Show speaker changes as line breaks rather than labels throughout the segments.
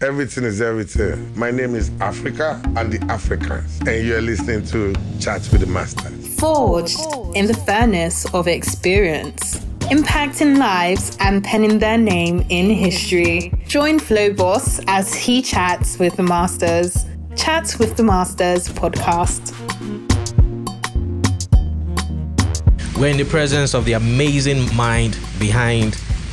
Everything is everything. My name is Africa and the Africans, and you're listening to Chat with the Master.
Forged in the furnace of experience, impacting lives and penning their name in history. Join Flow Boss as he chats with the masters. Chats with the Masters podcast.
We're in the presence of the amazing mind behind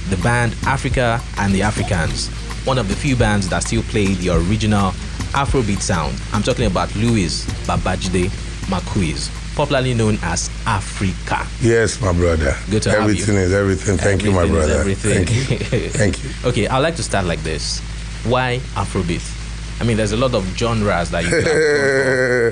the band Africa and the Africans, one of the few bands that still play the original Afrobeat sound. I'm talking about Louis Babajide Makuiz, popularly known as Africa.
Yes, my brother.
Good to have you.
everything is everything. Thank you, my
Everything is
brother.
everything.
Thank you. Thank you.
Okay, I'd like to start like this. Why Afrobeat? I mean, there's a lot of genres that you can.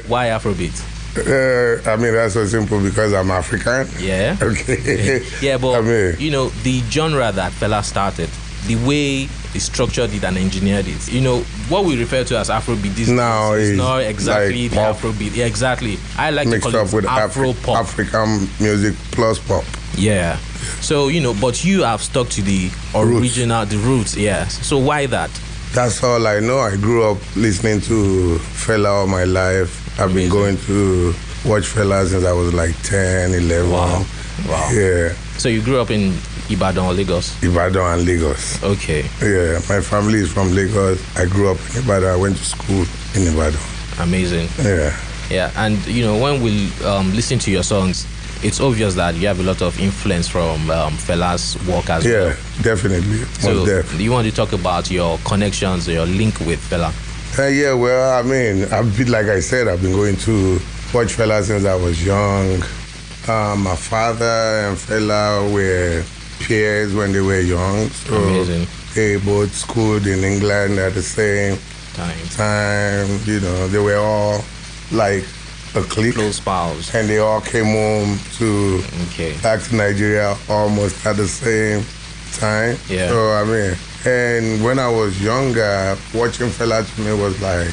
have. Why Afrobeat?
Uh, I mean, that's so simple because I'm African.
Yeah.
Okay.
Yeah, but
I mean,
you know the genre that fella started, the way he structured it and engineered it. You know what we refer to as Afrobeat these
Now
days is
is
not exactly
like
the
pop.
Afrobeat. Yeah, exactly. I like
mixed
to call
up
it
with
Afro
Afri-
pop.
African music plus pop.
yeah. So you know, but you have stuck to the original, the roots. Yeah. So why that?
That's all I know. I grew up listening to fella all my life. I've been going to watch fella since I was like 10, 11.
Wow. Wow.
Yeah,
So you grew up in Ibadan or Lagos?
Ibadan and Lagos.
Okay.
Yeah, my family is from Lagos. I grew up in Ibadan. I went to school in Ibadan.
Amazing.
Yeah.
Yeah, and you know when we um, listen to your songs, it's obvious that you have a lot of influence from um, fellas work as well.
Yeah, definitely.
So
Most def.
do you want to talk about your connections or your link with fella?
Uh, yeah, well, I mean, I've been, like I said, I've been going to watch Fela since I was young. Uh, my father and Fela were peers when they were young. So
Amazing.
They both schooled in England at the same
Times.
time. You know, they were all like a clique.
Close pals.
And they all came home to
Okay.
back to Nigeria almost at the same time.
Yeah.
So I mean, and when I was younger, watching Fela to me was like,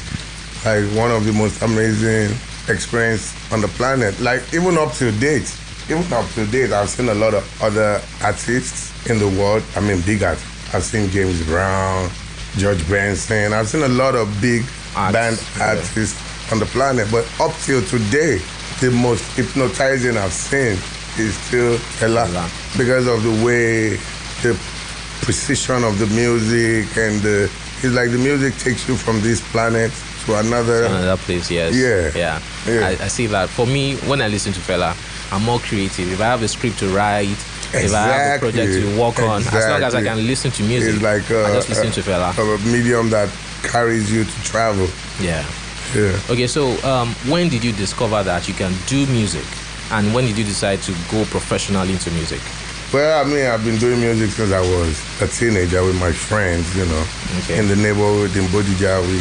like one of the most amazing experience on the planet. Like even up to date, even up to date, I've seen a lot of other artists in the world. I mean, big artists. I've seen James Brown, George Benson. I've seen a lot of big
Arts,
band
yeah.
artists on the planet. But up till today, the most hypnotizing I've seen is still Fela
Fela.
because of the way the precision of the music and the, it's like the music takes you from this planet to another.
Another place, yes.
Yeah.
Yeah.
Yeah.
I, I see that. For me, when I listen to fella, I'm more creative. If I have a script to write, if I have a project
Exactly.
to work on, as long as I
Exactly.
can listen to music,
It's like uh, a,
I just listen to fella.
a medium that carries you to travel.
yeah.
Yeah.
Okay, so um, when did you discover that you can do music, and when did you decide to go professionally into music?
Well, I mean, I've been doing music since I was a teenager with my friends, you know.
Okay.
In the neighborhood in Bodija, we,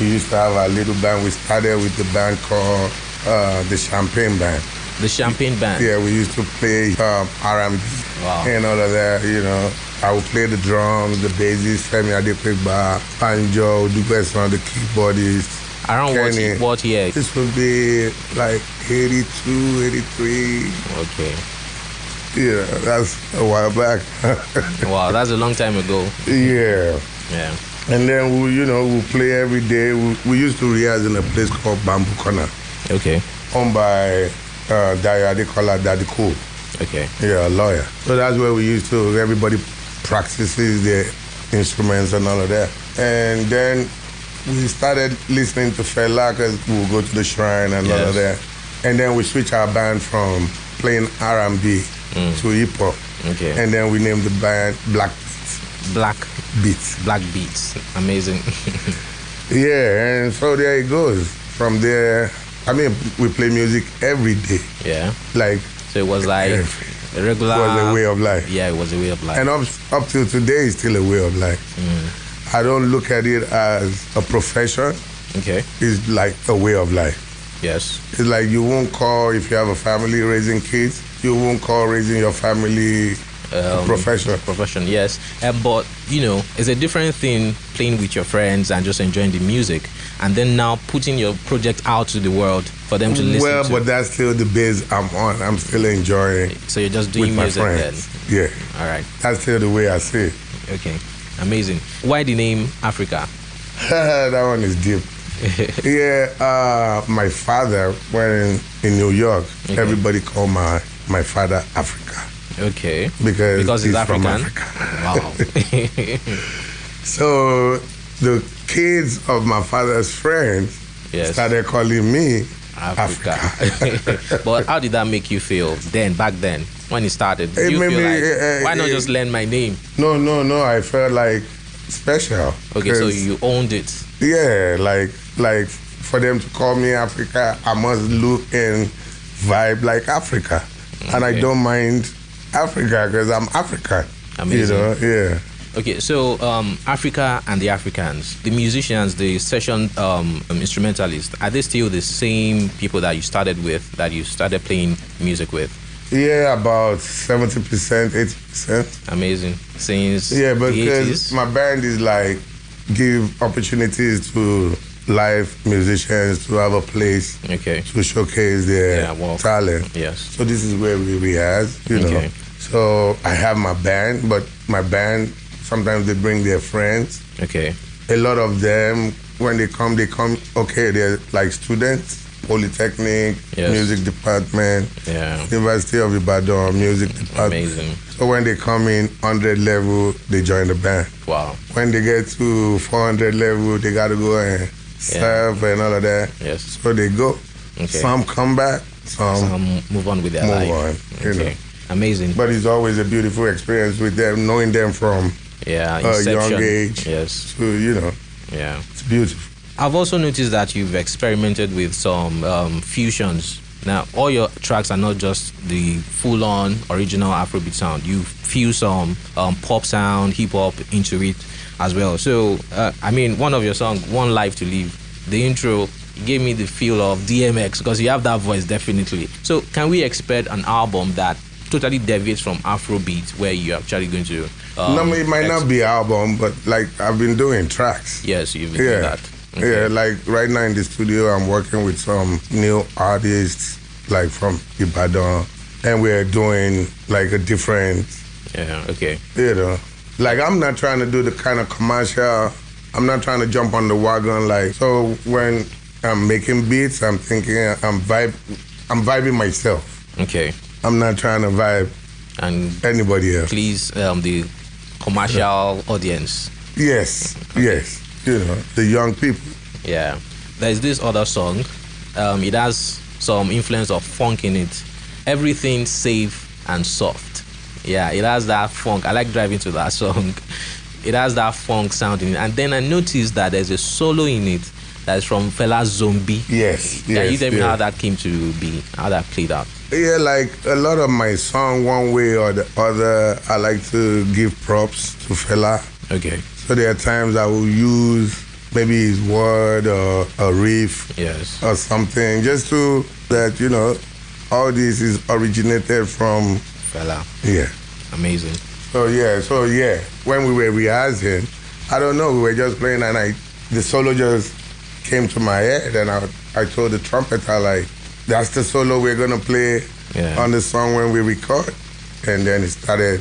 we used to have our little band. We started with the band called uh, the Champagne Band.
The Champagne Band.
Yeah, we used to play um, R&B
Wow.
and all of that, you know. I would play the drums, the basses, Femi Adepepa, banjo, Dupeson, the keyboardist.
Around
Kenny.
what, what year?
This would be like 82, 83.
Okay.
Yeah, that's a while back.
Wow, that's a long time ago.
yeah.
Yeah.
And then we, you know, we play every day. We, we used to rehearse in a place called Bamboo Corner,
Okay.
owned by uh, Daya, they call her Daddy Cool.
Okay.
Yeah, a lawyer. So that's where we used to, everybody practices their instruments and all of that. And then we started listening to Fela because we would go to the shrine and all of
Yes.
that. And then we switched our band from playing R&B to hip hop.
Mm. Okay.
And then we named the band Black
Black
Beats.
Black Beats. Amazing.
Yeah, and so there it goes. From there, I mean, we play music every day.
yeah.
Like,
So it was like a regular.
it was a way of life.
Ah. Yeah, it was a way of life.
And up, up till today, it's still a way of life.
Mm.
I don't look at it as a profession.
okay.
It's like a way of life.
Yes.
It's like you won't call if you have a family raising kids. You won't call raising your family a
Um,
profession.
Profession. Yes. Um, but you know, it's a different thing playing with your friends and just enjoying the music, and then now putting your project out to the world for them to listen
Well,
to.
but that's still the base I'm on. I'm still enjoying
so you're just
with
doing
my
music
friends. Yeah,
then. All right.
that's still the way I see it.
Okay. Amazing. Why the name Africa?
that one is deep. yeah, uh, my father when in New York,
Okay.
everybody called my my father Africa
Okay.
because,
Because
he's
it's African.
from Africa.
Wow.
So the kids of my father's friends
yes.
started calling me
Africa. but how did that make you feel then, back then, when it started? Did
It
you
made
feel
me,
like,
uh, uh,
why not
it-
just learn my name?
No, no, no. I felt like special.
Okay, so
'cause,
you owned it.
Yeah, like like for them to call me Africa, I must look and vibe like Africa, and I
Okay.
don't mind Africa because I'm African. You
Amazing.
know, yeah.
Okay, so um, Africa and the Africans, the musicians, the session um, um, instrumentalists, are they still the same people that you started with, that you started playing music with?
Yeah, about seventy percent, eighty percent.
Amazing. Since
Yeah,
the
because
80s?
my band is like give opportunities to live musicians to have a place
okay.
to showcase their
Yeah, well,
talent.
Yes.
So this is where we rehearse, you know.
Okay.
So I have my band, but my band sometimes they bring their friends.
Okay.
A lot of them when they come, they come. Okay, they're like students, polytechnic,
Yes.
music department,
Yeah.
University of Ibadan, music department.
Amazing.
So when they come in hundred level, they join the band.
Wow.
When they get to 400 level, they gotta go and serve and all of that.
Yes.
So they go.
Okay.
Some come back, some,
So um, move on with their
Um, move
life.
on, you
okay.
know.
Amazing.
but it's always a beautiful experience with them, knowing them from,
yeah.
uh, young
Inception.
age.
Yes.
to, you know,
Yeah.
it's beautiful.
I've also noticed that you've experimented with some um, fusions. Now, all your tracks are not just the full-on original Afrobeat sound. You fuse some um, pop sound, hip hop into it as well. So, uh, I mean, one of your songs, "One Life to Live," the intro gave me the feel of DMX because you have that voice definitely. So, can we expect an album that totally deviates from Afrobeat, where you're actually going to? Um,
no, it might
ex-
not be album, but like I've been doing tracks.
Yes, you've been
Yeah.
doing that. Okay.
Yeah, like right now in the studio, I'm working with some new artists, like from Ibadan, and we're doing like a different
Yeah. Okay.
you know like i'm not trying to do the kind of commercial i'm not trying to jump on the wagon like so when i'm making beats i'm thinking i'm vibe i'm vibing myself
Okay.
i'm not trying to vibe
And
anybody else
please um, the commercial audience.
yes yes you know the young people
Yeah, there's this other song. Um, it has some influence of funk in it. Everything safe and soft. Yeah, it has that funk. I like driving to that song. It has that funk sound in it. And then I noticed that there's a solo in it that's from Fela Zombie.
yes yes
Can you tell me
yes.
how that came to be, how that played out?
Yeah, like a lot of my song, one way or the other, I like to give props to fella.
Okay.
So there are times I will use maybe his word or a riff
Yes.
or something, just to that you know, all this is originated from
Fela.
yeah.
Amazing.
So yeah, so yeah. When we were rehearsing, I don't know, we were just playing, and I the solo just came to my head, and I I told the trumpeter like, that's the solo we're gonna play
Yeah.
on the song when we record, and then he started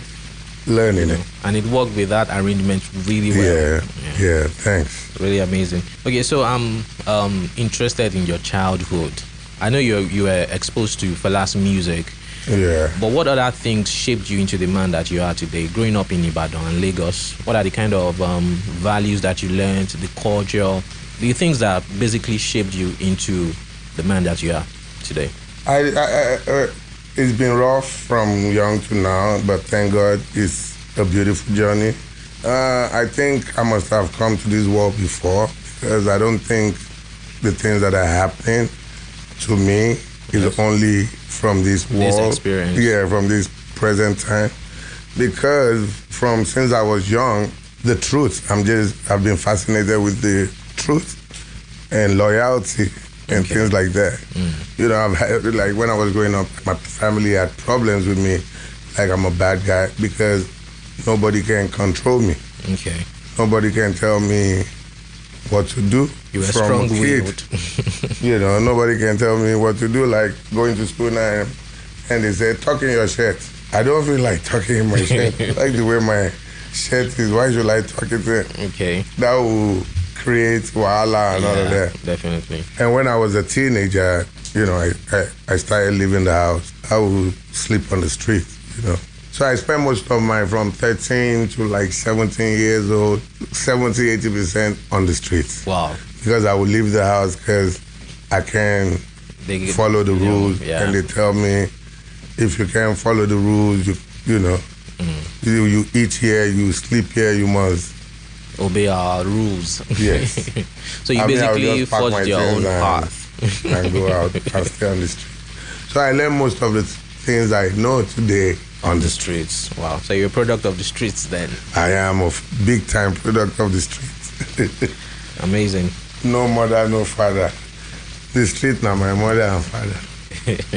learning it.
And it worked with that arrangement really well.
yeah, yeah, thanks.
really amazing. Okay, so I'm um, interested in your childhood. I know you you were exposed to Fela's music,
Yeah.
but what other things shaped you into the man that you are today? Growing up in Ibadan and Lagos, what are the kind of um, values that you learned, the culture, the things that basically shaped you into the man that you are today?
I, I, I, uh, it's been rough from young to now, but thank God it's a beautiful journey. Uh, I think I must have come to this world before because I don't think the things that are happening to me is only from this world.
experience.
Yeah, from this present time. Because from since I was young, the truth, I'm just, I've been fascinated with the truth and loyalty and
Okay. Mm.
things like that. You know, I've had, like when I was growing up, my family had problems with me, like I'm a bad guy because nobody can control me.
Okay,
Nobody can tell me what to do.
you were
from a kid.
strong-willed.
You know, nobody can tell me what to do. Like going to school now, and they say tucking your shirt. I don't feel like tucking in my shirt. I like the way my shirt is. Why should I tuck it in?
okay,
That will create wahala and all of that.
Definitely.
And when I was a teenager, you know, I, I, I started leaving the house. I would sleep on the street, you know. So I spent most of my from 13 to like 17 years old, 70, 80% on the streets
Wow.
because I would leave the house because I can
They
follow the
you know,
rules
Yeah.
and they tell me if you can't follow the rules, you, you know,
Mm-hmm.
you, you eat here, you sleep here, you must.
obey our rules.
Yes.
so you
I mean, I would
basically
just pack my
forged your own
things and-
path.
and go out and stay on the street. So I learned most of the things I know today on the
The
street.
streets. Wow. So you're a product of the streets then.
I am a big time product of the street.
Amazing.
no mother, no father. The street now, my mother and father.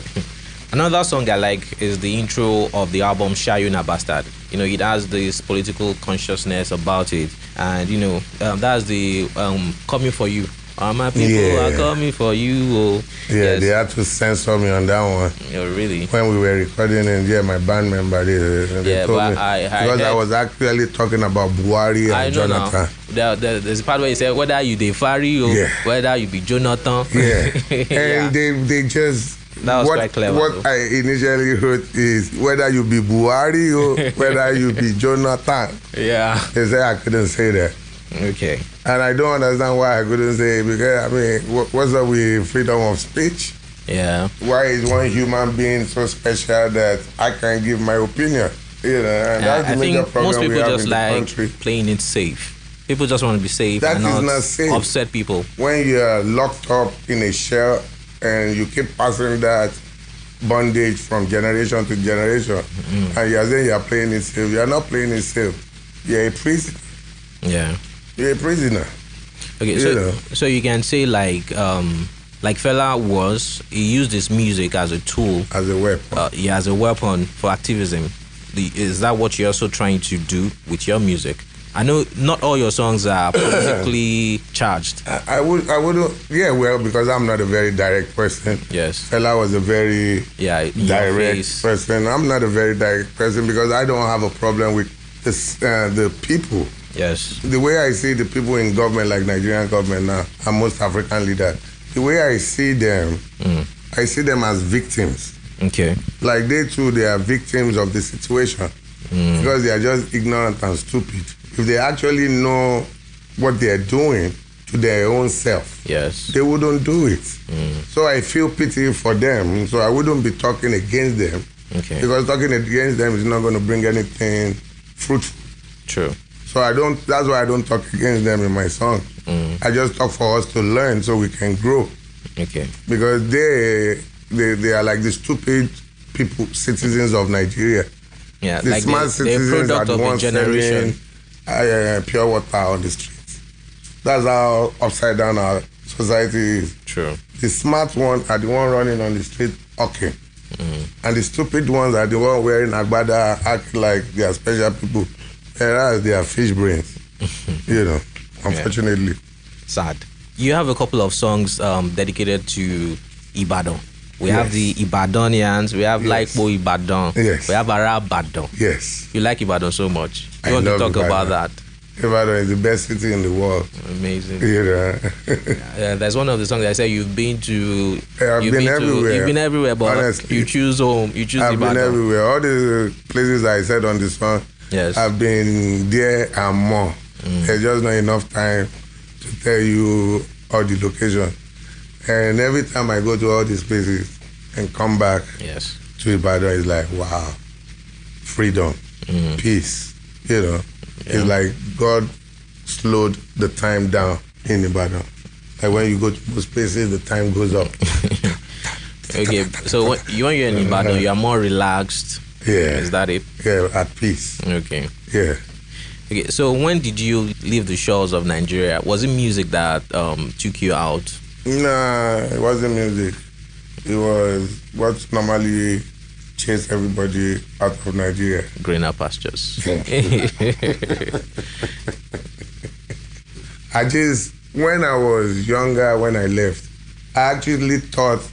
Another song I like is the intro of the album Shayo Na Bastard. You know, it has this political consciousness about it. And, you know, um, that's the um, coming for you. All my people
Yeah.
are coming for you. Oh,
Yeah, they had to censor me on that one.
Yeah, really.
When we were recording, and yeah, my band member, they, they they
Yeah,
told
but
me.
I- I
because I
heard-
was actually talking about Buhari and
I know now.
Jonathan.
There, there, there's a part where you said whether you be Fari or
Yeah.
whether you be Jonathan.
Yeah. And
Yeah.
they they just
That was
what,
quite clever,
What
though.
I initially wrote is whether you be Buhari or whether you be Jonathan.
yeah.
They say I couldn't say that.
Okay.
And I don't understand why I couldn't say it because I mean, what, what's up with freedom of speech?
Yeah.
Why is one human being so special that I can give my opinion? You know, and that's
Uh, I
the major
think
problem
most people
we have
just
in the
like
country.
playing it safe. People just want to be safe
That
and
is
not,
not safe.
upset people.
when you're locked up in a shell and you keep passing that bondage from generation to generation,
Mm-hmm.
and you're saying you're playing it safe, you're not playing it safe. You're a prisoner.
Yeah.
You're a prisoner.
Okay.
You
So
know.
so you can say like um like fella was he used his music as a tool,
as a weapon.
uh, yeah, as a weapon for activism. The, is that what you're also trying to do with your music? I know not all your songs are politically charged.
I, I would, I would, yeah, well, because I'm not a very direct person.
Yes.
Fella was a very
Yeah. in your
direct
face.
person. I'm not a very direct person because I don't have a problem with this, uh, the people.
Yes.
the way I see the people in government, like Nigerian government now, and most African leaders, the way I see them, I see them as victims.
Okay.
Like they too, they are victims of the situation because they are just ignorant and stupid. If they actually know what they are doing to their own self,
Yes.
they wouldn't do it. So I feel pity for them. So I wouldn't be talking against them
Okay.
because talking against them is not going to bring anything fruitful.
True.
So I don't. That's why I don't talk against them in my song.
Mm.
I just talk for us to learn so we can grow
Okay.
because they they, they are like the stupid people, citizens of Nigeria.
Yeah.
The
like
smart
they, they're
citizens are
product
the
of a
ones
generation.
selling uh, pure water on the streets. That's how upside down our society is.
True.
The smart ones are the one running on the street, okay. And the stupid ones are the one wearing agbada, acting like they are special people. Whereas they are fish brains, you know, unfortunately.
sad. You have a couple of songs um, dedicated to Ibadan. We have
Yes.
the Ibadanians, we have
Yes.
Laikbo Ibadan,
Yes.
we have Arab Ibadan.
Yes,
You like Ibadan so much. You
I
want to
love
talk about that?
Ibadan. Ibadan is the best city in the world,
Amazing.
you know.
Uh, there's one of the songs I said you've been to.
Yeah, I've
you've
been
to-
everywhere.
you've been everywhere, but
Honestly.
you choose home. You choose
I've been
Ibadan.
everywhere. All the places I said on this song,
Yes. Mm.
I've been there and more. There's just not enough time to tell you all the location. And every time I go to all these places and come back
Yes.
to Ibadan, it's like, wow, freedom, peace. You know, it's like God slowed the time down in Ibadan. Like when you go to most places, the time goes up.
Okay. So when, you, when you're in Ibadan, you are more relaxed.
Yeah.
Is that it?
yeah, at peace.
Okay.
Yeah.
Okay, so when did you leave the shores of Nigeria? Was it music that um, took you out?
Nah, it wasn't music. It was what normally chase everybody out of Nigeria.
greener pastures.
I just, when I was younger, when I left, I actually thought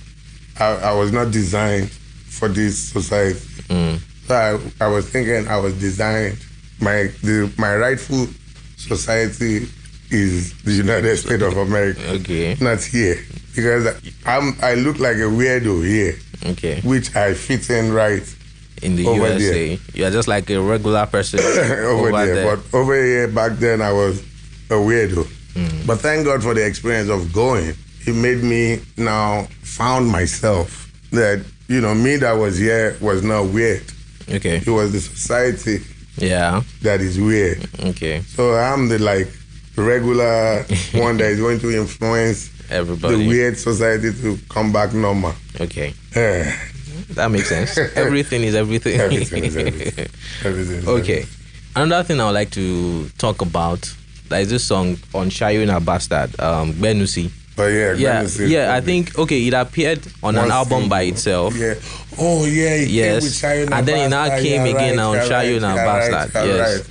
I, I was not designed for this society. So I, I was thinking I was designed, my the, my rightful society is the United States of America.
Okay.
Not here. Because I'm I look like a weirdo here,
Okay.
which I fit in right
In the
Over
USA, you're just like a regular person
over, there. But over here back then I was a weirdo.
Mm.
But thank God for the experience of going. It made me now found myself that, you know, me that was here was not weird.
okay.
It was the society
Yeah.
that is weird.
Okay.
So I'm the like regular one that is going to influence
Everybody.
the weird society to come back normal.
Okay.
Eh,
That makes sense. everything is everything.
everything is everything. Everything is
okay. Another thing I would like to talk about that is this song on Shayo and Bastard, um, Benusi.
everything. But yeah,
Yeah,
Genesis-
yeah. I think okay, it appeared on an
Once
album by
in-
itself.
Yeah. Oh yeah. It
Yes.
Came with Shayo
And then it now
Nabasta.
came
You're
again
right,
on
you're
Shayo
right,
Nabasta.
You're
Yes.
right.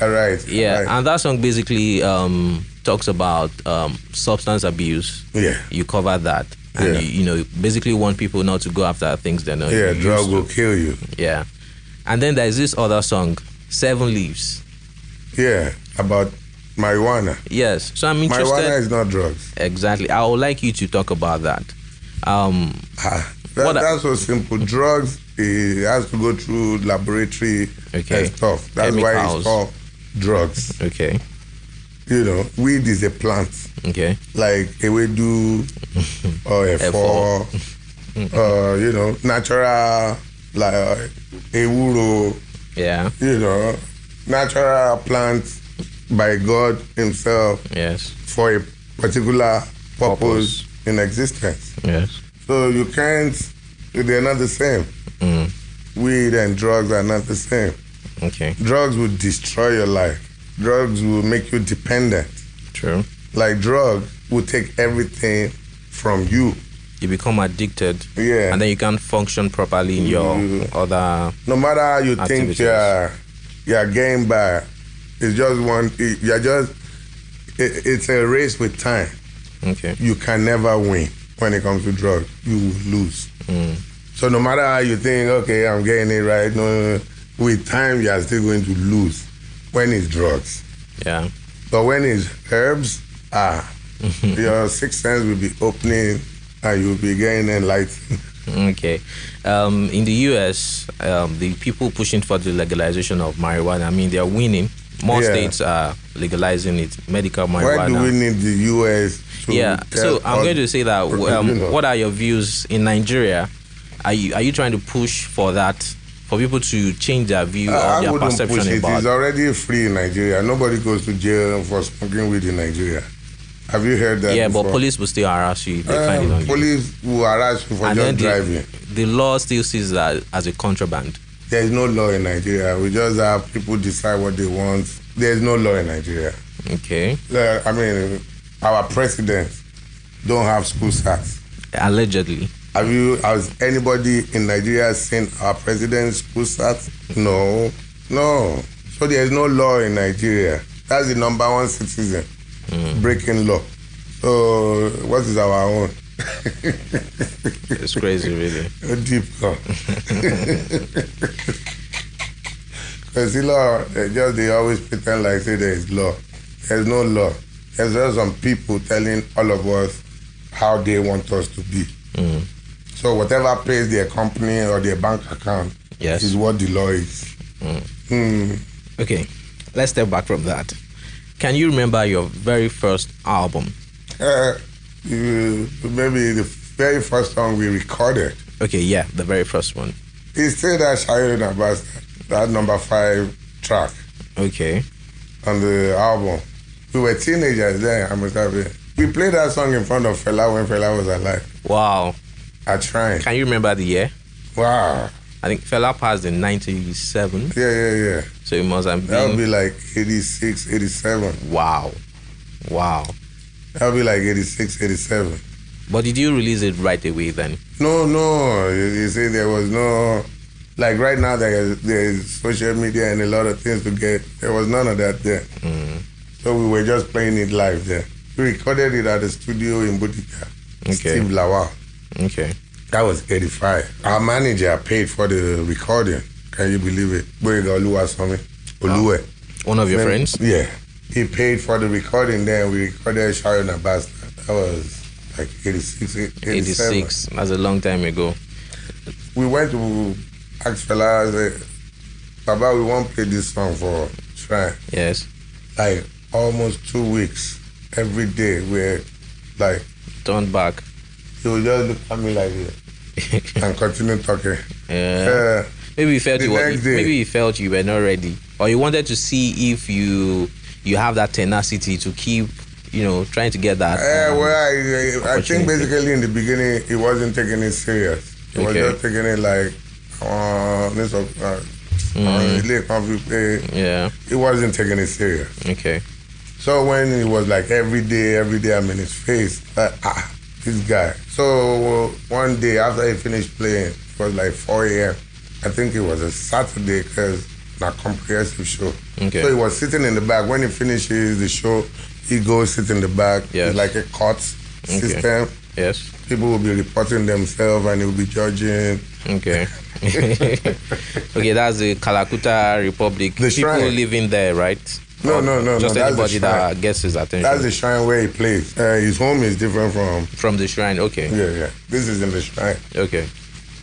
You're right. you're
Yeah,
right.
and that song basically um, talks about um, substance abuse.
Yeah.
You cover that. And
Yeah.
you, you know, you basically want people not to go after things they're not.
Yeah.
used
Drug
to.
will kill you.
Yeah. And then there's this other song, Seven Leaves.
Yeah. About marijuana.
Yes. So I'm interested.
Marijuana is not drugs.
Exactly. I would like you to talk about that. Um,
Ah, that-
What I-
that's so simple. Drugs it has to go through laboratory
Okay.
and stuff. That's why
Chemicals.
it's called drugs.
okay.
You know, weed is a plant.
Okay.
like ewedu or
Ẹ̀fọ́.
ẹ̀fọ́, uh, you know, natural like uh, ewúro,
Yeah.
you know, natural plant by God Himself
Yes.
for a particular
Purpose.
purpose in existence.
Yes.
So you can't. They're not the same.
Mm,
Weed and drugs are not the same.
Okay.
Drugs will destroy your life. Drugs will make you dependent.
True.
Like drug will take everything from you.
You become addicted.
Yeah. Mm-hmm.
And then you can't function properly in your other.
no matter how you think
Activities.
you're you're getting by, it's just one. You're just. It, it's a race with time.
Okay.
You can never win when it comes to drugs. You will lose.
Mm.
So no matter how you think, okay, I'm getting it right. No, no, no. with time you are still going to lose when it's drugs.
Yeah.
But when it's herbs, ah, your sixth sense will be opening and you'll be getting enlightened.
Okay. Um, in the US, um, the people pushing for the legalization of marijuana, I mean, they're winning. More
Yeah.
states are legalizing it, medical marijuana.
Why do we need the U.S. to
yeah.
tell
So I'm
us-
going to say that.
or, you know.
Um, what are your views in Nigeria? Are you are you trying to push for that for people to change their view
I
or their
wouldn't
perception
push it.
about?
It's already free in Nigeria. Nobody goes to jail for smoking weed in Nigeria. Have you heard that?
yeah, but
before?
police will still harass you. if They find it
Uh,
on you.
police will harass you for
And then
just
the,
driving.
the law still sees that as a contraband.
There's no law in Nigeria. We just have people decide what they want. There's no law in Nigeria.
Okay.
Uh, I mean, our president don't have school stats.
Allegedly.
Have you? Has anybody in Nigeria seen our president's school stats? No, no. So there is no law in Nigeria. That's the number one citizen breaking law. So what is our own?
It's crazy, really.
A deep law. Because the law, they just they always pretend like say there is law. There's no law. There's just some people telling all of us how they want us to be. So whatever pays their company or their bank account
Yes.
is what the law is.
Okay, let's step back from that. Can you remember your very first album?
Uh, you- maybe the very first song we recorded,
Okay, yeah, the very first one.
it's still that Shayo Nabasta, that number five track.
Okay,
on the album. We were teenagers then, I must have been. We played that song in front of Fela when Fela was alive.
wow.
I tried.
Can you remember the year?
Wow.
I think Fela passed in '97,
Yeah, yeah, yeah.
so it must have
That
been
would be like 86, 87.
wow, wow.
That would be like 86, 87.
But did you release it right away then?
No, no. You, you see, there was no. Like right now, there is, there is social media and a lot of things to get. There was none of that there. So we were just playing it live there. We recorded it at the studio in Boutica.
Okay.
Steve Lawal.
Okay,
That was 85. Our manager paid for the recording. Can you believe it? Boyega Oluwasomi. Oluwe.
one of your friends.
Yeah. he paid for the recording. Then we recorded Sharon and Bastard. That was like 86, 87.
86. That's a long time ago.
We went to ask fella, I said, Baba, we won't play this song for Shrine.
Yes.
Like almost two weeks, every day, we're like,
Turned back.
he would just look at me like this and continue talking. Uh,
yeah.
Yeah.
Maybe you felt
The
you were,
next day.
maybe you felt you were not ready, or you wanted to see if you you have that tenacity to keep, you know, trying to get that.
Yeah,
um,
Eh, well, I, I think
opportunity.
basically in the beginning, he wasn't taking it serious. He was
Okay.
just taking it like, uh, this, uh,
Mm.
mm.
yeah.
he wasn't taking it serious.
Okay.
So when it was like every day, every day I'm in his face, like, ah, this guy. So one day after he finished playing, it was like 4 a.m. I think it was a Saturday because a comprehensive show.
Okay.
So he was sitting in the back. When he finishes the show, he goes sit in the back.
Yes.
It's like a court
Okay.
system.
Yes.
People will be reporting themselves and he'll be judging.
Okay. okay, that's the Calcutta Republic.
The
People
shrine.
living there, right?
No,
Or
no, no, no, that's
Just
the
anybody that
shrine.
gets his attention
That's the shrine where he plays. Uh, his home is different from,
from the shrine. Okay.
yeah, yeah. This is in the shrine.
Okay.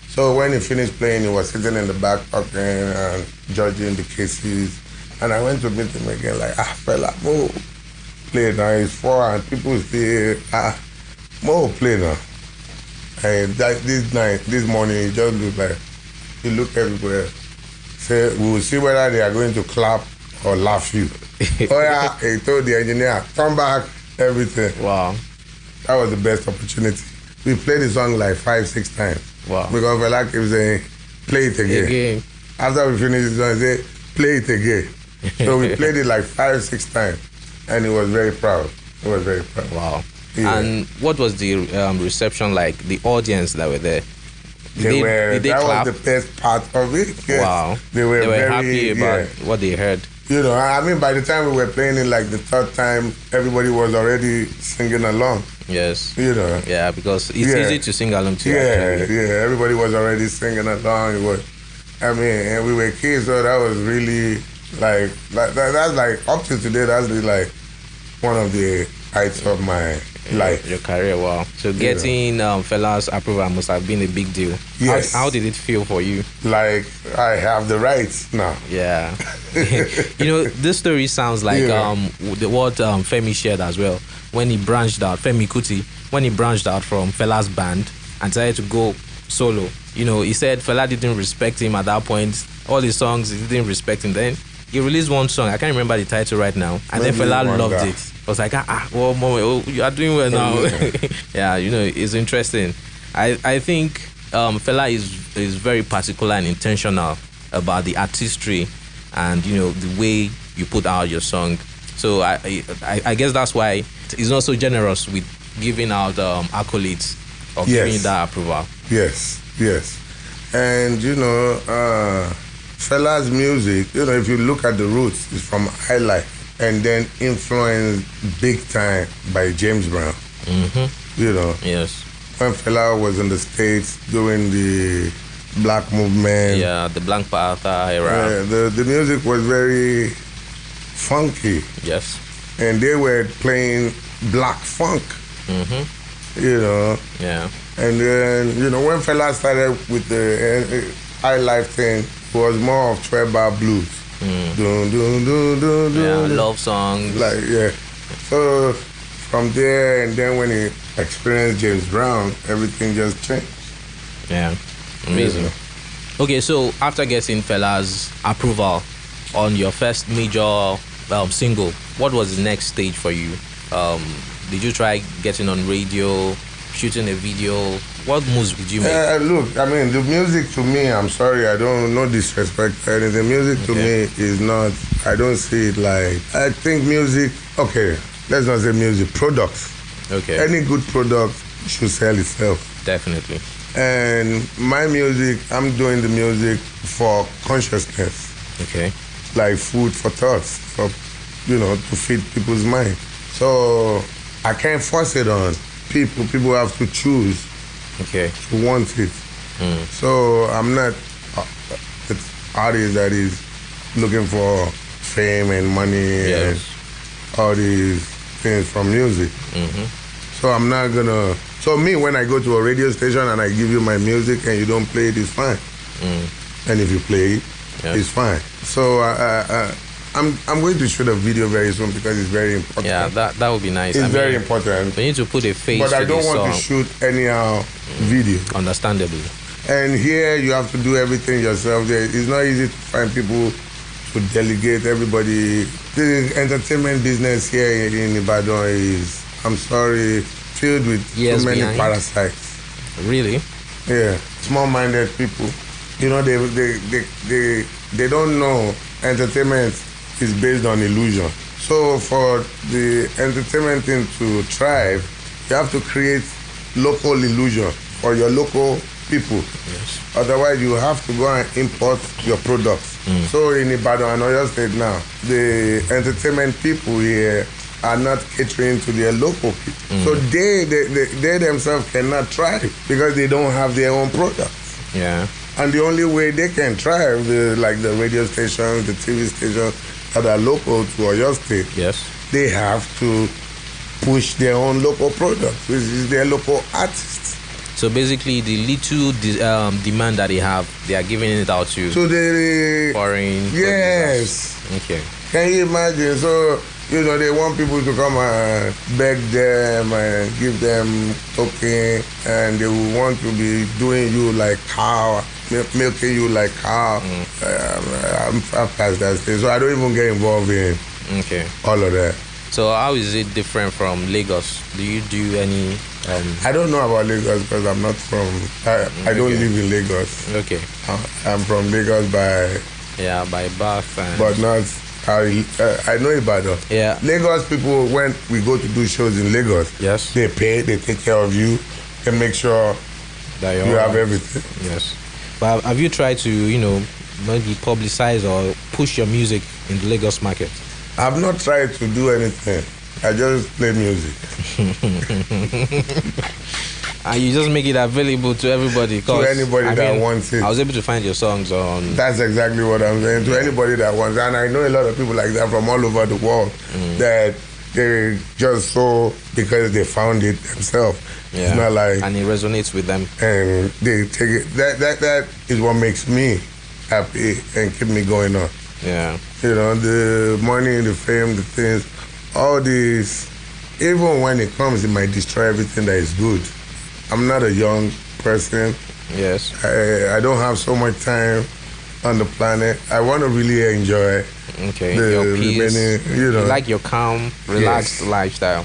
So when he finished playing, he was sitting in the back talking and judging the cases. And I went to meet him again, like, ah, fella, move. Play now. It's four, and people say, ah, move, play now. And that, this night, this morning, he just looked like, he looked everywhere. Say, we will see whether they are going to clap or laugh you. oh, yeah, he told the engineer, come back, everything.
Wow.
That was the best opportunity. We played the song like five, six times.
Wow.
Because Fela kept saying, play it again.
Again.
After we finished the song, he said, play it again. so we played it like five, six times. And he was very proud. He was very proud.
Wow.
Yeah.
And what was the um, reception like? The audience that were there. Did
They, were,
did they
that
clap?
was the best part of it. Yes.
Wow.
They were, very,
happy about
yeah.
what they heard.
You know, I I mean, by the time we were playing it like the third time, everybody was already singing along.
Yes.
You know.
Yeah, because it's
Yeah.
easy to sing along to.
Yeah,
actually.
yeah. Everybody was already singing along. It was, I mean, and we were kids, so that was really like that, that, that's like up to today. That's the, like one of the heights of my life.
Your career, wow. So getting um, fellas approval must have been a big deal. How-
Yes.
How, did it feel for you?
Like I have the rights now.
Yeah. you know, this story sounds like
Yeah.
um, the what um, Femi shared as well. When he branched out, Femi Kuti, when he branched out from Fella's band and decided to go solo, you know, he said Fella didn't respect him at that point. All his songs, he didn't respect him. Then he released one song. I can't remember the title right now. And then
Maybe
Fella
one
loved
that-
it. I was like, ah, ah well, mom, oh, you are doing well now. Yeah. you know, it's interesting. I, I think um, Fela is is very particular and intentional about the artistry and you know the way you put out your song. So I I, I guess that's why he's not so generous with giving out um, accolades or
Yes.
giving that approval.
Yes, yes. And you know, uh, fellas' music. You know, if you look at the roots, it's from high life, and then influenced big time by James Brown. Mm-hmm. You know.
Yes.
when Fela was in the States doing the black movement,
Yeah, the Black Panther era.
uh, the, the music was very funky.
Yes.
And they were playing black funk,
Mm-hmm.
you know.
Yeah.
And then, you know, when Fela started with the uh, high life thing, it was more of 12 bar blues. Dun, dun, dun, dun,
Mm. Yeah.
dun.
Love songs.
Like yeah. So from there and then when he experienced James Brown, everything just changed.
Yeah. Amazing.
Yeah.
Okay, so after getting Fela's approval on your first major um, single, what was the next stage for you? Um, did you try getting on radio, shooting a video? What moves did you make?
Uh, look, I mean, the music to me, I'm sorry, I don't, no disrespect. or anything. The music to
Okay.
me is not, I don't see it like, I think music, okay, let's not say music, products.
okay,
Any good product should sell itself.
definitely.
And my music, I'm doing the music for consciousness,
Okay,
like food for thoughts, for, you know, to feed people's mind. So I can't force it on people. People have to choose
okay,
who wants it. So I'm not uh, an artist that is looking for fame and money
Yes.
and all these things from music.
Mm-hmm.
So I'm not gonna. So me, when I go to a radio station and I give you my music and you don't play it, it's fine. And if you play it,
Mm. Yeah.
it's fine. So uh, uh, uh, I'm I'm going to shoot a video very soon because it's very important.
Yeah, that that would be nice.
it's
I mean,
very important.
We need to put a face
But
to
I don't
this
want
song,
to shoot anyhow video.
understandably.
And here you have to do everything yourself. There, it's not easy to find people to delegate everybody. The entertainment business here in Ibadan is, I'm sorry, filled with
Years
too many
behind.
parasites.
Really?
Yeah, small-minded people. You know, they they they they, they don't know entertainment is based on illusion. So for the entertainment thing to thrive, you have to create local illusion for your local people.
Yes.
Otherwise, you have to go and import your products. So in Ibadan and Oyo State now, the entertainment people here are not catering to their local people. So
Mm.
they, they, they, they themselves cannot thrive because they don't have their own products.
Yeah.
And the only way they can thrive, the, like the radio stations, the TV stations that are local to Oyo State,
Yes.
they have to push their own local products, which is their local artists.
So basically, the little de- um, demand that they have, they are giving it out to
So they...
foreign.
Yes.
producers. Okay.
Can you imagine? So, you know, they want people to come and beg them and give them token, and they will want to be doing you like cow, mil- milking you like cow. Um, I'm, I'm past that stage, so I don't even get involved in
Okay.
all of that.
So how is it different from Lagos? Do you do any? Um,
I don't know about Lagos because I'm not from. I, I don't
Okay.
live in Lagos.
okay.
I'm- I'm from Lagos by,
Yeah, by birth and.
but not. I, uh, I know Ibadan.
Yeah.
Lagos people, when we go to do shows in Lagos,
yes.
they pay, they take care of you, they make sure
that you're
you have
alright.
everything.
Yes. But have you tried to, you know, maybe publicize or push your music in the Lagos market?
I've not tried to do anything. I just play music.
And you just make it available to everybody. 'cause,
anybody that wants it.
I was able to find your songs on.
That's exactly what I'm saying to anybody that wants. And I know a lot of people like that from all over the world that they just so because they found it themselves. It's not like
and it resonates with them.
and they take it. That that that is what makes me happy and keep me going on.
Yeah.
you know, the money, the fame, the things, all these, even when it comes, it might destroy everything that is good. I'm not a young person.
Yes.
I, I don't have so much time on the planet. I want to really enjoy.
Okay.
The
your peace.
remaining, you know.
like your calm, relaxed
Yes.
lifestyle.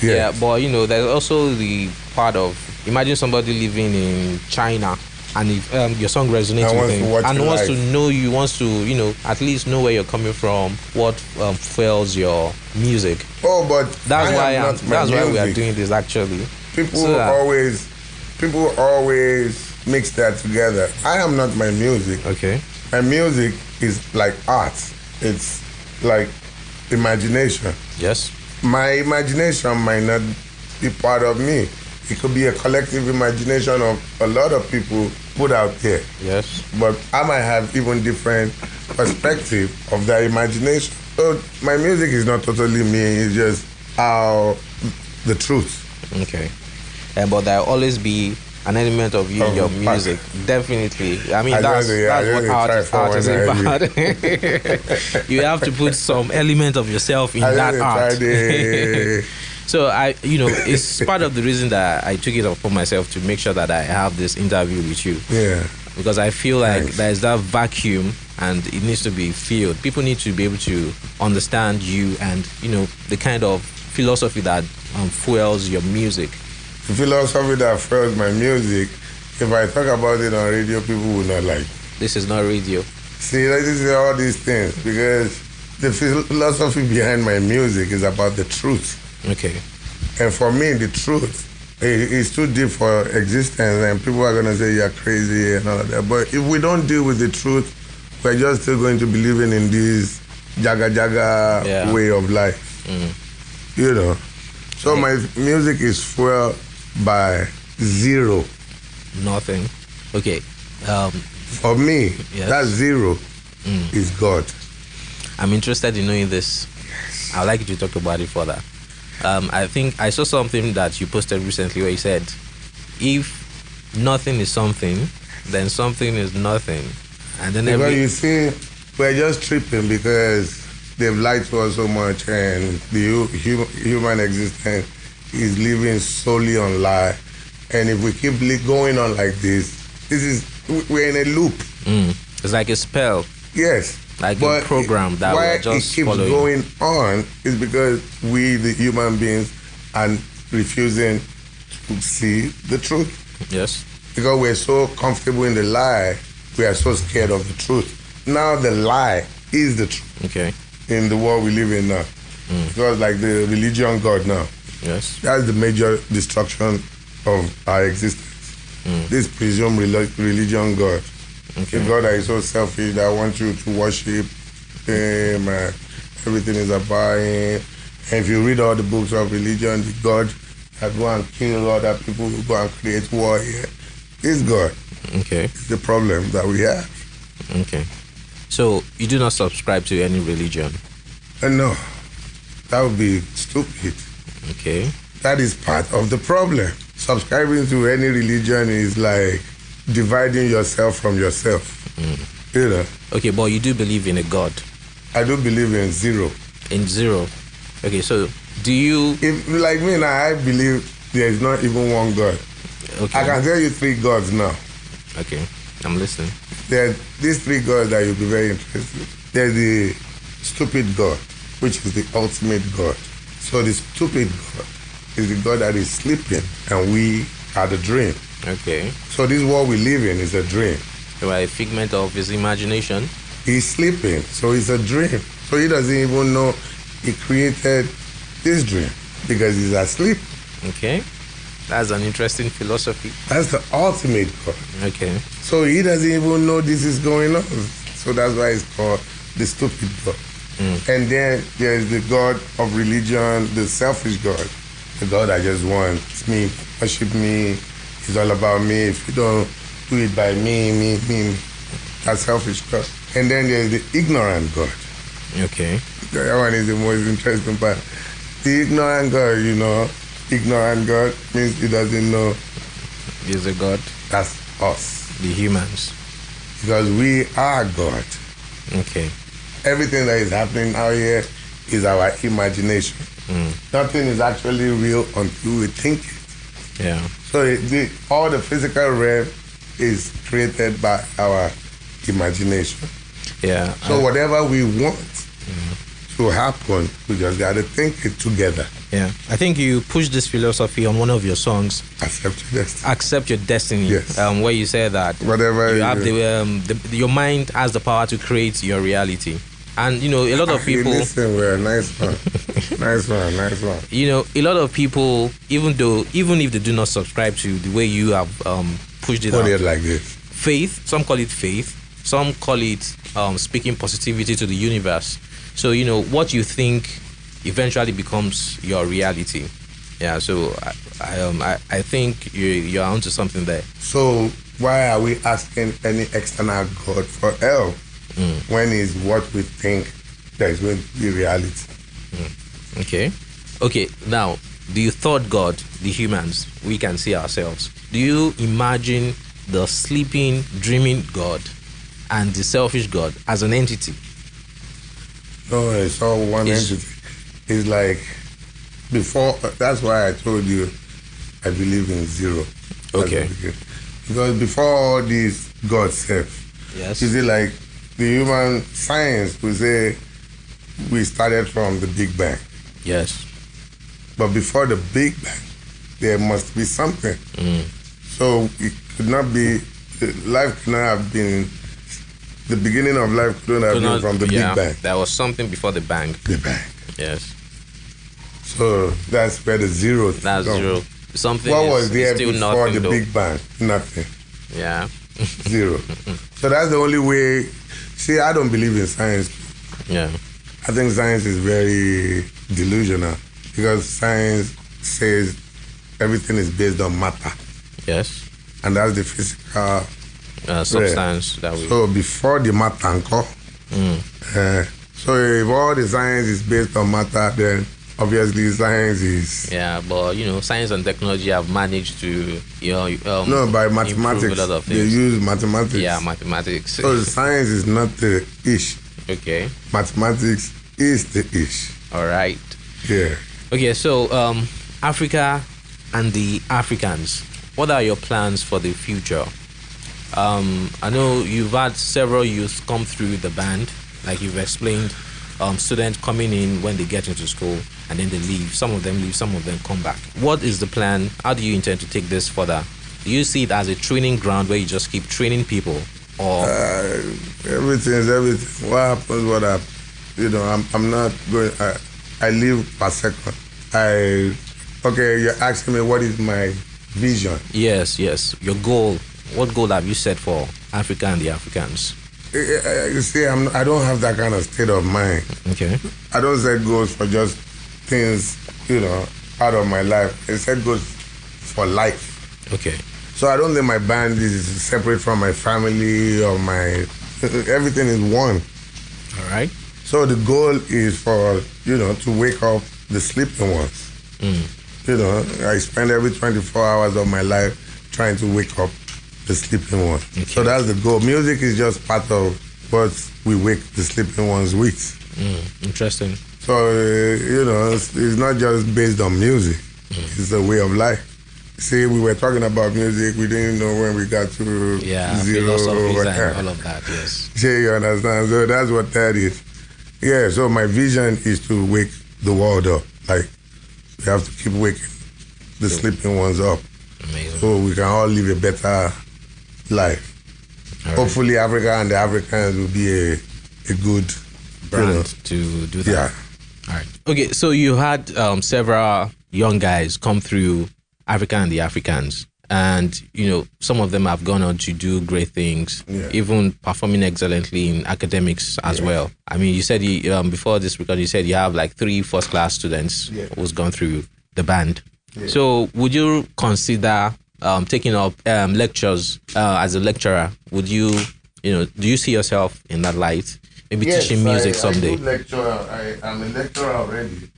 Yeah.
Yeah, but you know, there's also the part of imagine somebody living in China and if um, your song resonates
And
with
wants to
him
watch
and
you
wants
live.
to know you, wants to you know at least know where you're coming from, what um, fuels your music.
Oh, but
That's
I
why
am
I'm,
not my
that's why we are
music.
doing this actually.
People
So uh, that-
always, people always mix that together. I am not my music.
Okay.
My music is like art. It's like imagination.
Yes.
my imagination might not be part of me. It could be a collective imagination of a lot of people put out there.
Yes.
But I might have even different perspective of that imagination. So my music is not totally me, it's just how the truth.
Okay. And but there'll always be an element of you in
Of
your
the past.
music. Definitely. I mean
I
that's
just- yeah, I
that's what
just
art
try
is,
for
art
one
is about. you have to put some element of yourself in that
just
art.
tried, uh,
So I, you know, it's part of the reason that I took it upon myself to make sure that I have this interview with you
yeah.
because I feel like
Thanks.
there's that vacuum and it needs to be filled. People need to be able to understand you and you know the kind of philosophy that um, fuels your music.
The philosophy that fuels my music, if I talk about it on radio, people will not like it.
This is not radio.
See, like, this is all these things because the philosophy behind my music is about the truth.
Okay.
And for me, the truth i- is too deep for existence, and people are going to say you're crazy and all of that. But if we don't deal with the truth, we're just still going to be living in this jaga jaga
Yeah. Mm-hmm.
way of life. You know? So my music is fueled by zero.
Nothing. Okay. Um,
For me,
Yes. Mm.
that zero is God.
I'm interested in knowing this. I'd like you to talk about it further. Um, I think I saw something that you posted recently where you said, if nothing is something, then something is nothing. And then
Because
every,
you see, we're just tripping because they've lied to us so much, and the hu- hum- human existence is living solely on lie. And if we keep li- going on like this, this is we- we're in a loop.
Mm, it's like a spell.
Yes.
Like a program that
why
we're just
it keeps
following.
going on is because we, the human beings, are refusing to see the truth
Yes.
because we're so comfortable in the lie, we are so scared of the truth. Now the lie is the truth
Okay.
in the world we live in now. Because like the religion God now,
Yes.
that's the major destruction of our existence. This presumed reli- religion God,
Okay.
a God that is so selfish that wants you to worship Him. Uh, everything is about Him. And if you read all the books of religion, the God that go and kill other people, who go and create war here, is God
Okay.
the problem that we have.
Okay. So you do not subscribe to any religion.
And no, that would be stupid.
Okay.
That is part of the problem. Subscribing to any religion is like dividing yourself from yourself. You know,
Okay, but you do believe in a God.
I do believe in zero.
In zero. Okay, so do you
If like me now, I believe there is not even one God.
okay
I can tell you three gods now.
Okay. I'm listening.
There, are these three gods that you'll be very interested. in. There's the stupid God, which is the ultimate God. So the stupid God is the God that is sleeping, and we are the dream.
Okay.
So this world we live in is a dream.
You are a figment of his imagination.
He's sleeping, so it's a dream. So he doesn't even know he created this dream because he's asleep.
Okay. That's an interesting philosophy.
That's the ultimate God.
Okay.
So he doesn't even know this is going on. So that's why it's called the stupid God. And then there's the God of religion, the selfish God, the God that just wants me, worship me, it's all about me. If you don't do it by me, me, me, me. that's selfish God. And then there's the ignorant God.
Okay.
That one is the most interesting part. The ignorant God, you know, ignorant God means he doesn't know
Is a God.
that's us.
The humans.
Because we are God.
Okay.
everything that is happening out here is our imagination.
Mm.
Nothing is actually real until we think it.
Yeah.
So it, the, all the physical realm is created by our imagination.
Yeah.
So
uh,
whatever we want
Mm-hmm.
to happen, we just got to think it together.
yeah. I think you push this philosophy on one of your songs,
Accept your destiny.
Accept Your Destiny.
Yes.
Um, where you say that
Whatever
you have
you-
the, um, the your mind has the power to create your reality. And you know, a lot of
You
people
listen, we're a nice one. nice one, nice one.
you know, a lot of people, even though, even if they do not subscribe to the way you have um, pushed it
Put
out,
it like this.
faith. Some call it faith. Some call it um, speaking positivity to the universe. So you know what you think eventually becomes your reality. Yeah. So I, I, um, I, I think you, you're onto something there.
So why are we asking any external God for help when is what we think that is going to be reality?
Okay. Okay. Now, the third God, the humans, we can see ourselves. Do you imagine the sleeping, dreaming God and the selfish God as an entity?
No, it's all one
Yes.
entity. It's like before. That's why I told you I believe in zero. That's
Okay.
the beginning. Because before all this, God self.
Yes.
You see, like the human science, we say we started from the Big Bang.
Yes.
But before the Big Bang, there must be something.
Mm.
So it could not be, life could not have been, the beginning of life could not have been from the
yeah,
Big Bang.
There was something before the bang.
Big Bang.
Yes.
So that's where the zero
That's
comes.
zero. Something
What
is,
was
is
there
still
before
nothing
the
though.
Big Bang? Nothing.
Yeah.
Zero. so that's the only way. See, I don't believe in science.
Yeah.
I think science is very delusional because science says everything is based on matter,
Yes.
and that's the physical
Uh, substance that we Hmm.
So before the matanko, uh, So if all the science is based on matter, then obviously science is
Yeah, but you know, science and technology have managed to you know um,
no by
improve
mathematics.
A lot of
They
things.
use mathematics.
yeah, mathematics.
So science is not the ish.
okay,
Mathematics is the ish.
all right.
Yeah.
Okay, so um, Africa and the Africans. What are your plans for the future? Um, I know you've had several youth come through the band, like you've explained. Um, students coming in when they get into school and then they leave. Some of them leave, some of them come back. What is the plan? How do you intend to take this further? Do you see it as a training ground where you just keep training people, or
Everything's everything. What happens? What happens? You know, I'm I'm not going. I, I live per second. I okay. You're asking me what is my vision.
yes, yes, your goal? What goal have you set for Africa and the Africans?
Eh, eh, eh, You see, I'm I don't have that kind of state of mind.
Okay.
I don't set goals for just things. You know, out of my life. I set goals for life.
Okay.
So I don't think my band is separate from my family or my. Everything is one.
All right.
So the goal is for you know to wake up the sleeping ones. You know, I spend every 24 hours of my life trying to wake up the sleeping ones. So that's the goal. Music is just part of what we wake the sleeping ones with.
Hmm. Interesting.
So uh, you know, it's, it's not just based on music;
Mm.
it's a way of life. See, we were talking about music. We didn't know when we got to
Yeah,
zero.
philosophies
whatever.
and all of that. Yes.
Yeah, you understand? So that's what that is. Yeah, so my vision is to wake the world up. Like, we have to keep waking the sleeping ones up
Amazing.
so we can all live a better life.
All right.
Hopefully, Africa and the Africans will be a, a good
Brand
you
to do
know,
that.
yeah.
All right. Okay. So you had um, several young guys come through Africa and the Africans, and you know some of them have gone on to do great things,
Yeah.
even performing excellently in academics as well. I mean, you said you, um, before this record, you said you have like three first class students
Yeah.
who's gone through the band. So would you consider um, taking up um, lectures uh, as a lecturer? Would you, you know, do you see yourself in that light? Maybe teaching music someday.
I lecture. I, I'm a lecturer already.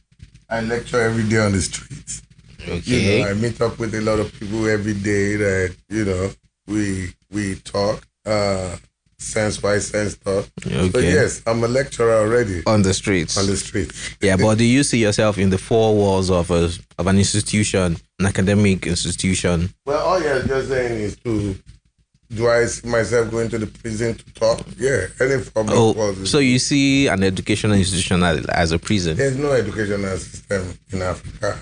I lecture every day on the streets.
okay.
You know, I meet up with a lot of people every day that, you know, we we talk, uh sense by sense talk. So
Okay.
yes, I'm a lecturer already
on the streets.
on the streets.
yeah, but do you see yourself in the four walls of a of an institution, an academic institution?
Well all you're just saying is to do I see myself going to the prison to talk? Yeah. Any form of
Oh,
course is-
so you see an educational institution as, as a prison?
There's no educational system in Africa.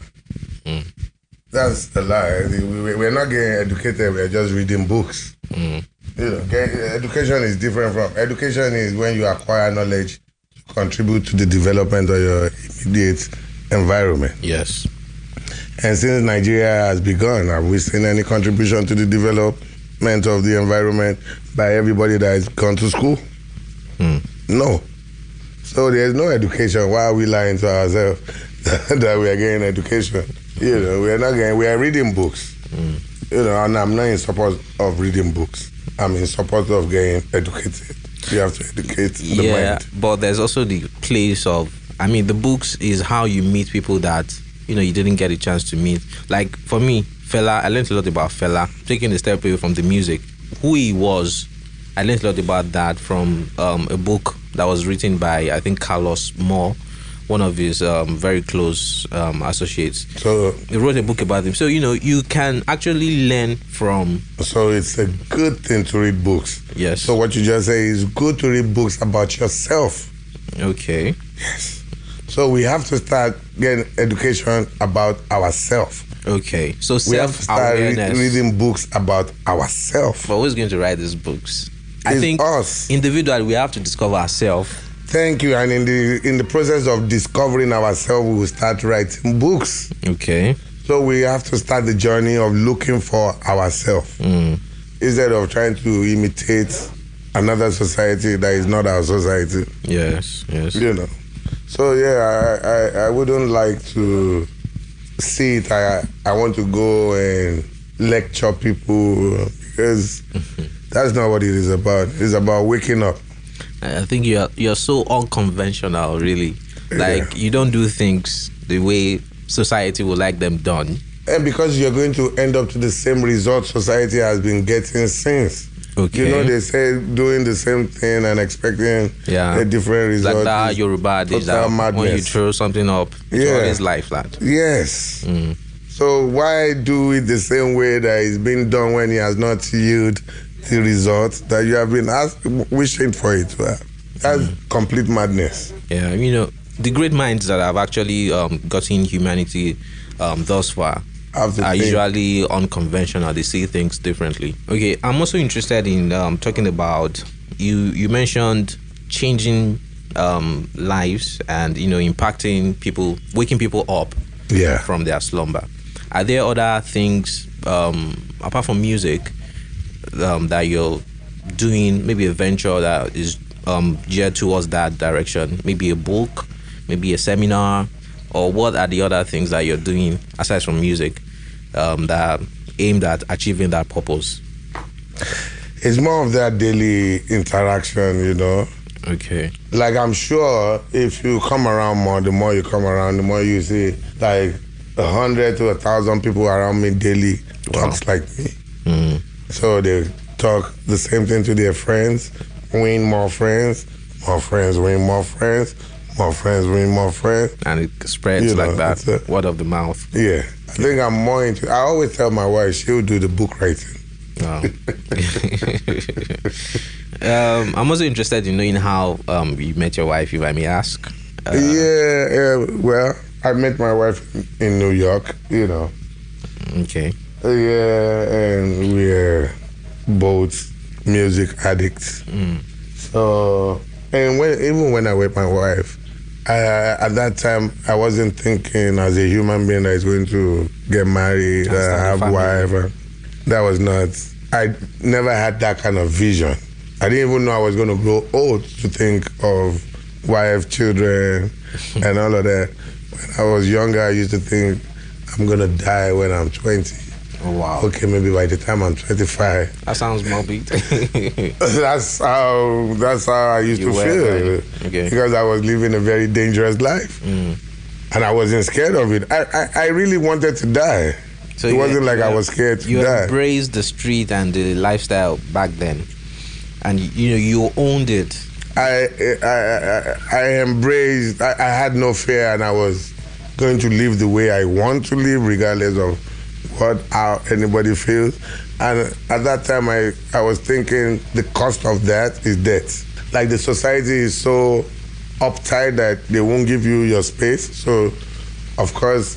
That's a lie. We- we- We're not getting educated. We're just reading books. You know, get- education is different from education is when you acquire knowledge to contribute to the development of your immediate environment.
Yes.
And since Nigeria has begun, have we seen any contribution to the development of the environment by everybody that has gone to school? No. So there's no education. Why are we lying to ourselves that we are getting education? You know, we are not getting, we are reading books. You know, and I'm not in support of reading books. I'm in support of getting educated. You have to educate the
yeah,
mind.
but there's also the place of. I mean, the books is how you meet people that you know you didn't get a chance to meet. Like for me, fella, I learned a lot about fella. Taking a step away from the music, who he was, I learned a lot about that from um, a book that was written by I think Carlos Moore, one of his um, very close um, associates.
So
He wrote a book about him, so you know you can actually learn from
So it's a good thing to read books.
Yes.
So what you just say is good to read books about yourself.
okay,
So we have to start getting education about ourselves.
okay. So
We have to
self
start re-
awareness.
reading books about ourselves.
But who's going to write these books? I
It's
think
us.
individually we have to discover ourselves.
Thank you. And in the in the process of discovering ourselves, we will start writing books.
Okay.
So we have to start the journey of looking for ourselves instead of trying to imitate another society that is not our society.
Yes. Yes.
you know. So yeah, I, I, I wouldn't like to see it. I I want to go and lecture people because that's not what it is about. It's about waking up.
I think you're you're so unconventional, really. Like you don't do things the way society would like them done.
And because you're going to end up to the same result society has been getting since.
Okay.
You know, they say doing the same thing and expecting
Yeah.
a different
It's
result.
like that
is-
Yoruba did
total
that when you
madness.
throw something up, it's
Yeah.
always life that.
Yes. So why do it the same way that it's been done when it has not yield the result that you have been asked, wishing for it to have? That's complete madness.
Yeah, you know, the great minds that have actually um, gotten humanity um, thus far
Have to
are
think.
usually unconventional. They see things differently. Okay, I'm also interested in um, talking about you. You mentioned changing um, lives and you know impacting people, waking people up
Yeah.
from their slumber. Are there other things um, apart from music um, that you're doing? Maybe a venture that is um, geared towards that direction. Maybe a book, maybe a seminar, or what are the other things that you're doing aside from music um, that are aimed at achieving that purpose?
It's more of that daily interaction, you know.
Okay.
like I'm sure if you come around more, the more you come around, the more you see like a hundred to a thousand people around me daily talks like me. So they talk the same thing to their friends, win more friends, more friends, win more friends, more friends, win more friends.
And it spreads
You know,
like that,
it's a-
word of the mouth.
Yeah, I think I'm more into. I always tell my wife she'll do the book writing.
Wow. um, I'm also interested in knowing how um, you met your wife, if I may ask.
yeah, yeah, well, I met my wife in New York, you know.
Okay.
Oh, Yeah, and we're both music addicts. So, and when even when I with my wife, I, at that time I wasn't thinking as a human being that is going to get married,
And start a
uh, have
family.
wife. uh, That was not. I never had that kind of vision. I didn't even know I was going to grow old to think of wife, children, and all of that. When I was younger, I used to think I'm going to die when I'm 20
wow.
okay, maybe by the time I'm 25,
That sounds morbid.
that's how that's how I used
You
to
were
feel
then. Okay. Mm.
because I was living a very dangerous life, and I wasn't scared of it. I, I, I really wanted to die. it
you-
wasn't like I
you-
was scared to
You
die.
embraced the street and the lifestyle back then, and you know you owned it.
I I, I, I embraced. I, I had no fear, and I was going to live the way I want to live, regardless of what how anybody feels. And at that time, I I was thinking the cost of that is death. Like the society is so uptight that they won't give you your space. So, of course,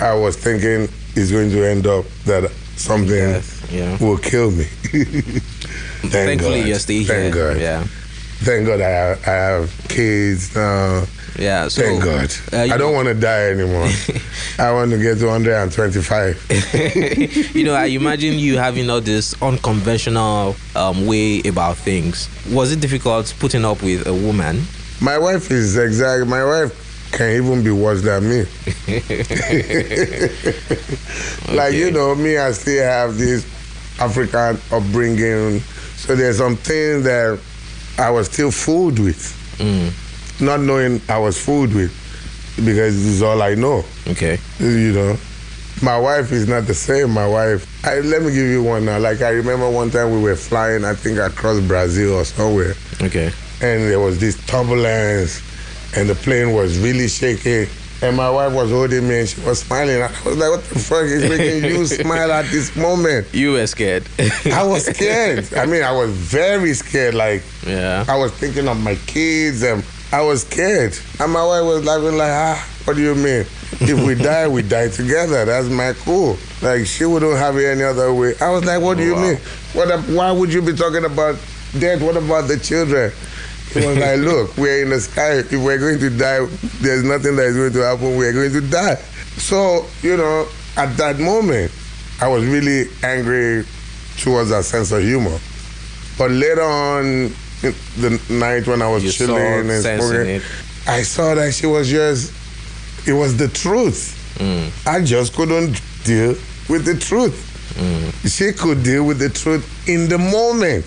I was thinking it's going to end up that something
Death, yeah.
will kill me. Thank
Thankfully,
God.
you're still
Thank
here.
God
Yeah,
thank God I have, I have kids now.
yeah. So,
Thank God.
uh, you
I don't want to die anymore. I want to get to 125.
you know, I imagine you having all this unconventional um, way about things. Was it difficult putting up with a woman?
my wife is exact. My wife can even be worse than me. Like
Okay.
you know, me I still have this African upbringing, so there's some things that I was still fooled with,
Mm.
not knowing I was fooled with, because this is all I know.
Okay.
you know my wife is not the same my wife I, let me give you one now like i remember one time we were flying i think across brazil or somewhere
Okay.
and there was this turbulence and the plane was really shaking and my wife was holding me and she was smiling i was like what the fuck is making you smile at this moment
You were scared.
i was scared i mean i was very scared like
yeah.
I was thinking of my kids and I was scared. And my wife was laughing like, ah, what do you mean? If we die, we die together. That's my cool. Like she wouldn't have it any other way. I was like, what do you
Wow.
mean? What? ab- Why would you be talking about death? What about the children? He was like, look, we're in the sky. If we're going to die, there's nothing that is going to happen. We're going to die. So you know, at that moment, I was really angry towards our sense of humor. But later on in the night when I was
You saw
chilling and
sense in
smoking,
it.
I saw that she was just, it was the truth.
Mm.
I just couldn't deal with the
Mm.
truth. She could deal with the truth in the moment.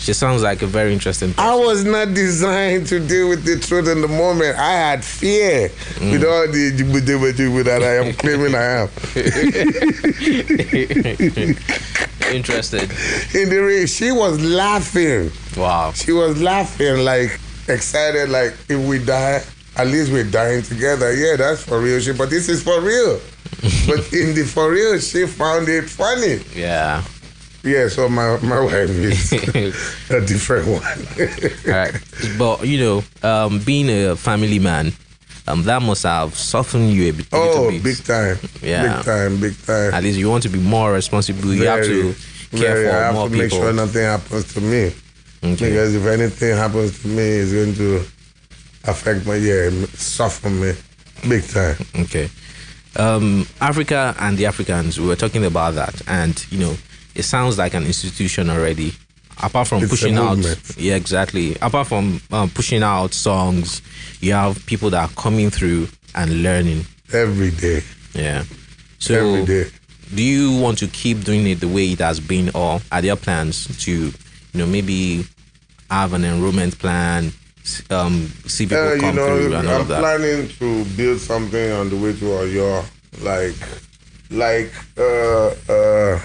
She sounds like a very interesting person.
I was not designed to deal with the truth in the moment. I had fear
Mm.
with all the jibu that I am claiming I am.
Interested.
In the race, she was laughing.
Wow.
She was laughing, like excited, like if we die, at least we're dying together. Yeah, that's for real shit. But this is for real. but in the for real, she found it funny.
Yeah.
Yeah, so my, my wife is a different one.
All right. But you know, um, being a family man, um, that must have softened you a bit. a little
oh,
bit.
big time.
Yeah.
Big time, big time.
At least you want to be more responsible. you have to care
very.
for
I have
more
to make
people.
sure nothing happens to me.
Okay.
Because if anything happens to me, it's going to affect my yeah, suffer me big time.
Okay. Um, Africa and the Africans, we were talking about that, and you know, it sounds like an institution already. Apart from
It's a
pushing out,
movement.
yeah, exactly. Apart from um, pushing out songs, you have people that are coming through and learning.
Every day,
Yeah. So,
every day.
do you want to keep doing it the way it has been, or are there plans to, you know, maybe have an enrollment plan, s- um, see people
Uh,
come
you know,
through and all
I'm
of that?
planning to build something on the way to Oyo, like, like, uh, uh,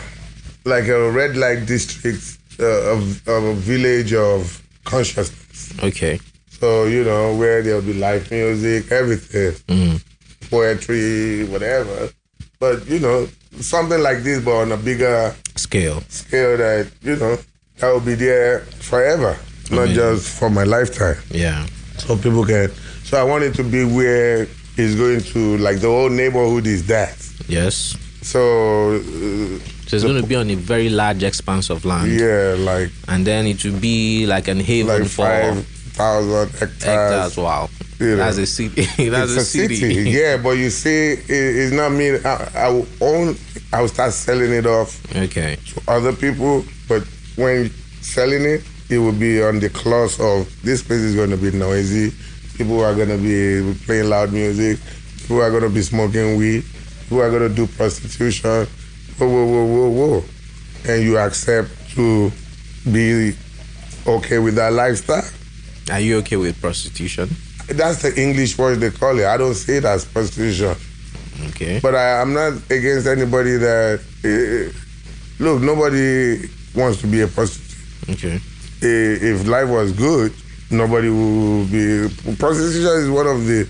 like a red light district uh, of, of a village of consciousness.
okay.
So, you know, where there'll be live music, everything,
Mm.
poetry, whatever. But, you know, something like this, but on a bigger
Scale.
scale that, you know, that will be there forever, not just for my lifetime.
Yeah.
So people can. So I want it to be where it's going to, like, the whole neighborhood is that.
Yes.
So, uh,
So it's going to be on a very large expanse of land,
yeah, like,
and then it will be like an haven
like
for
5,000 hectares.
hectares. Wow,
you know,
that's a city. that's
it's a city. yeah, but you see, it, it's not me. I, I will own. I will start selling it off
okay.
to other people, but when selling it, it will be on the clause of this place is going to be noisy. People are going to be playing loud music. People are going to be smoking weed. People are going to do prostitution. Whoa, whoa, whoa, whoa, whoa. And you accept to be okay with that lifestyle.
Are you okay with prostitution?
That's the English word they call it. I don't see it as prostitution.
Okay.
But I, I'm not against anybody that. Uh, look, nobody wants to be a prostitute.
Okay.
I- If life was good, nobody would be. Prostitution is one of the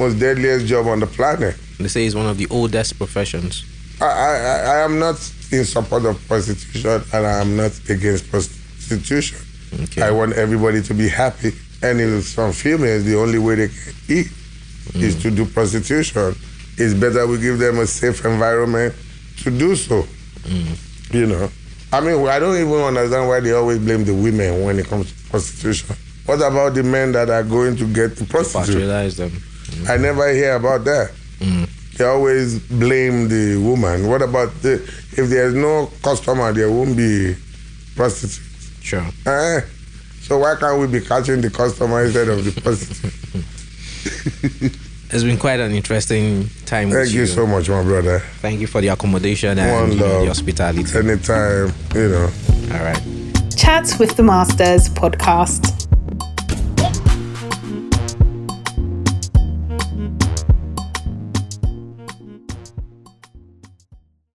most deadliest job on the planet.
They say it's one of the oldest professions.
I, I, I- I am not in support of prostitution, and I am not against prostitution.
Okay.
I want everybody to be happy, and if some females, the only way they can eat is to do prostitution. It's better we give them a safe environment to do so. You know, I mean, I don't even understand why they always blame the women when it comes to prostitution. What about the men that are going to get the prostitute?
Patronize them.
I never hear about that. They always blame the woman. What about the, if there's no customer, there won't be prostitute.
Sure.
Eh? So why can't we be catching the customer instead of the prostitute?
It's been quite an interesting time. with
Thank you so much, my brother.
Thank you for the accommodation and
One
you know,
love.
the hospitality.
Anytime, you know.
All right.
Chats with the Masters podcast.